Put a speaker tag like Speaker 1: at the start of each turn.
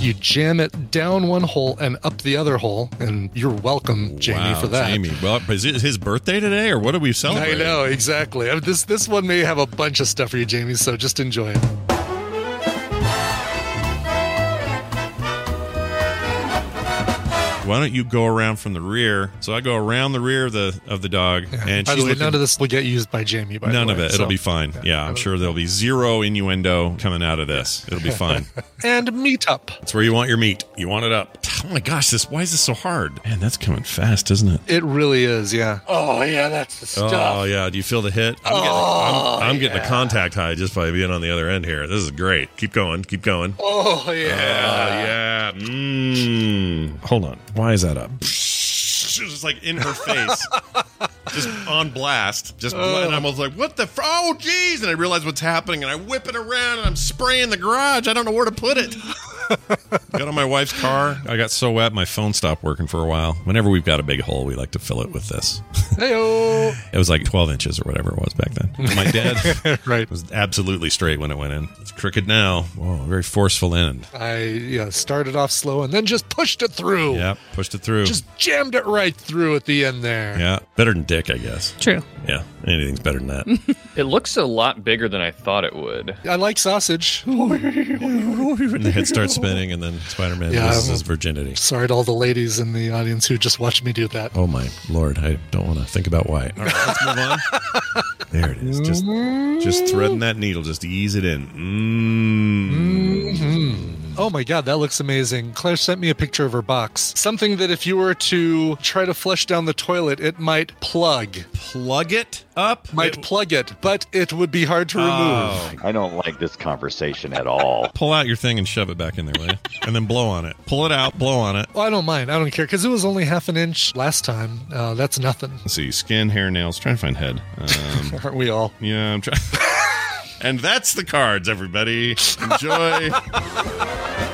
Speaker 1: You jam it down one hole and up the other hole, and you're welcome, Jamie,
Speaker 2: Wow,
Speaker 1: for that.
Speaker 2: Jamie. Well, is it his birthday today, or what are we
Speaker 1: I
Speaker 2: celebrating?
Speaker 1: know exactly. Uh, This this one may have a bunch of stuff for you, Jamie. So just enjoy it.
Speaker 2: Why don't you go around from the rear? So I go around the rear of the of the dog, and
Speaker 1: by
Speaker 2: she's
Speaker 1: the way,
Speaker 2: looking-
Speaker 1: none of this will get used by Jamie. By the
Speaker 2: none of
Speaker 1: way,
Speaker 2: it. It'll
Speaker 1: so-
Speaker 2: be fine. Yeah, I'm
Speaker 1: none of
Speaker 2: sure there'll be zero innuendo coming out of this. It'll be fine.
Speaker 1: And meet up.
Speaker 2: That's where you want your meat. You want it up. Oh my gosh, this why is this so hard? Man, that's coming fast, isn't it?
Speaker 1: It really is. Yeah.
Speaker 3: Oh yeah, that's the stuff.
Speaker 2: Oh yeah. Do you feel the hit? I'm getting, I'm,
Speaker 1: Oh,
Speaker 2: I'm getting a contact high just by being on the other end here. This is great. Keep going. Keep going.
Speaker 1: Oh yeah.
Speaker 2: Uh, Ah. Yeah, yeah. Mm. Hold on. Why is that up? She was just like in her face, just on blast. Just bl- and I was like, "What the? F- oh, jeez!" And I realized what's happening, and I whip it around, and I'm spraying the garage. I don't know where to put it. got on my wife's car. I got so wet, my phone stopped working for a while. Whenever we've got a big hole, we like to fill it with this.
Speaker 1: Heyo.
Speaker 2: It was like 12 inches or whatever it was back then. My dad
Speaker 1: Right.
Speaker 2: was absolutely straight when it went in. It's crooked now. Whoa, very forceful end.
Speaker 1: I yeah started off slow and then just pushed it through.
Speaker 2: Yep, pushed it through.
Speaker 1: Just jammed it right through at the end there.
Speaker 2: Yeah, better than dick, I guess.
Speaker 4: True.
Speaker 2: Yeah, anything's better than that.
Speaker 5: It looks a lot bigger than I thought it would.
Speaker 1: I like sausage.
Speaker 2: and the head starts spinning, and then Spider Man
Speaker 1: Yeah.
Speaker 2: loses his virginity.
Speaker 1: Sorry to all the ladies in the audience who just watched me do that.
Speaker 2: Oh my lord, I don't want to think about why. All right, let's move on. There it is. Just, just threading that needle, just ease it in. Mm.
Speaker 1: Oh my God, that looks amazing. Claire sent me a picture of her box. Something that if you were to try to flush down the toilet, it might plug.
Speaker 2: Plug it up.
Speaker 1: Might
Speaker 2: It-
Speaker 1: plug it, but it would be hard to remove.
Speaker 2: Oh.
Speaker 3: I don't like this conversation at all.
Speaker 2: Pull out your thing and shove it back in there, will you? and then blow on it. Pull it out, blow on it.
Speaker 1: Well, I don't mind. I don't care because it was only half an inch last time. Uh, that's nothing.
Speaker 2: Let's see, skin, hair, nails. Trying to find head. Um,
Speaker 1: Aren't we all?
Speaker 2: Yeah, I'm trying. and that's the cards, everybody. Enjoy.